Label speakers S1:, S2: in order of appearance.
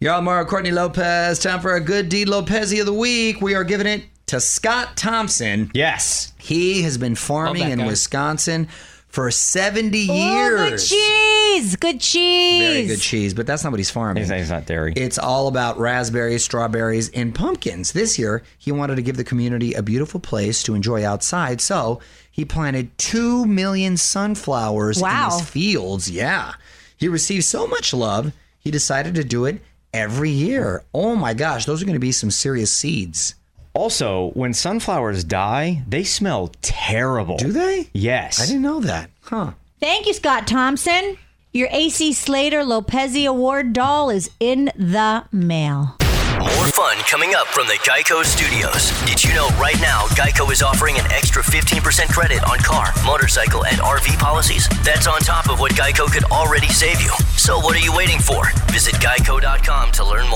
S1: You're on Mario Courtney Lopez. Time for our good deed Lopez of the week. We are giving it to Scott Thompson.
S2: Yes.
S1: He has been farming
S2: Love that
S1: in
S2: guy.
S1: Wisconsin for 70
S3: Oh, good
S1: years.
S3: cheese. Good cheese.
S1: Very good cheese, but that's not what he's farming.
S2: He's, he's not dairy.
S1: It's all about raspberries, strawberries, and pumpkins. This year, he wanted to give the community a beautiful place to enjoy outside, so he planted 2 million sunflowers
S3: Wow.
S1: in his fields. Yeah. He received so much love, he decided to do it every year. Oh my gosh, those are going to be some serious seeds.
S2: also, when sunflowers die, they smell terrible.
S1: Do they?
S2: Yes.
S1: I didn't know that. Huh.
S3: Thank you, Scott Thompson. Your AC Slater Lopez Award doll is in the mail.
S4: More fun coming up from the Geico Studios. Did you know right now Geico is offering an extra 15% credit on car, motorcycle, and RV policies? That's on top of what Geico could already save you. So what are you waiting for? Visit geico.com to learn